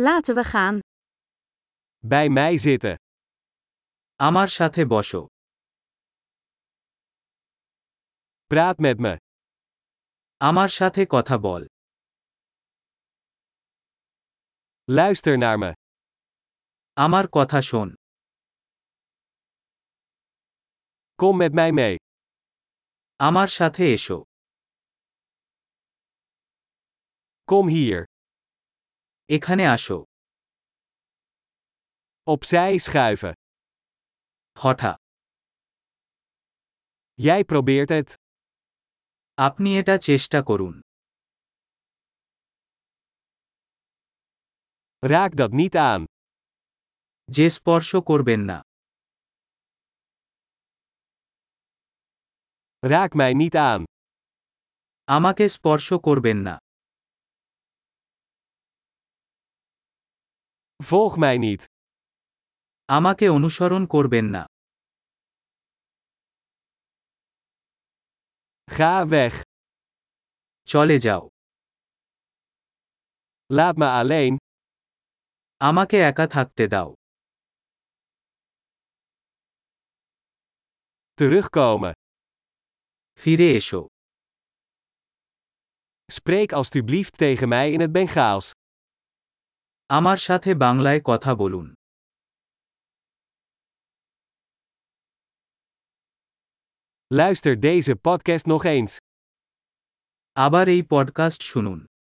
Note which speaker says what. Speaker 1: Laten we gaan.
Speaker 2: Bij mij zitten.
Speaker 3: আমার সাথে বসো
Speaker 2: Praat met me.
Speaker 3: আমার সাথে কথা বল
Speaker 2: Luister naar me.
Speaker 3: আমার কথা শোন
Speaker 2: Kom met mij mee.
Speaker 3: আমার সাথে এসো
Speaker 2: Kom hier.
Speaker 3: এখানে আসো
Speaker 2: Opzij schuiven.
Speaker 3: হঠাৎ
Speaker 2: Jij probeert het.
Speaker 3: আপনি এটা চেষ্টা করুন
Speaker 2: Raak dat niet aan.
Speaker 3: যে স্পর্শ করবেন না
Speaker 2: Raak mij niet aan.
Speaker 3: আমাকে স্পর্শ করবেন না
Speaker 2: Volg mij niet.
Speaker 3: আমাকে অনুসরণ করবেন না
Speaker 2: Ga weg.
Speaker 3: চলে যাও
Speaker 2: Laat me alleen.
Speaker 3: আমাকে একা থাকতে দাও
Speaker 2: Terugkomen.
Speaker 3: ফিরে এসো
Speaker 2: Spreek alstublieft tegen mij in het Bengaals.
Speaker 3: আমার সাথে বাংলায় কথা বলুন
Speaker 2: Luister deze podcast nog eens.
Speaker 3: আবার এই পডকাস্ট শুনুন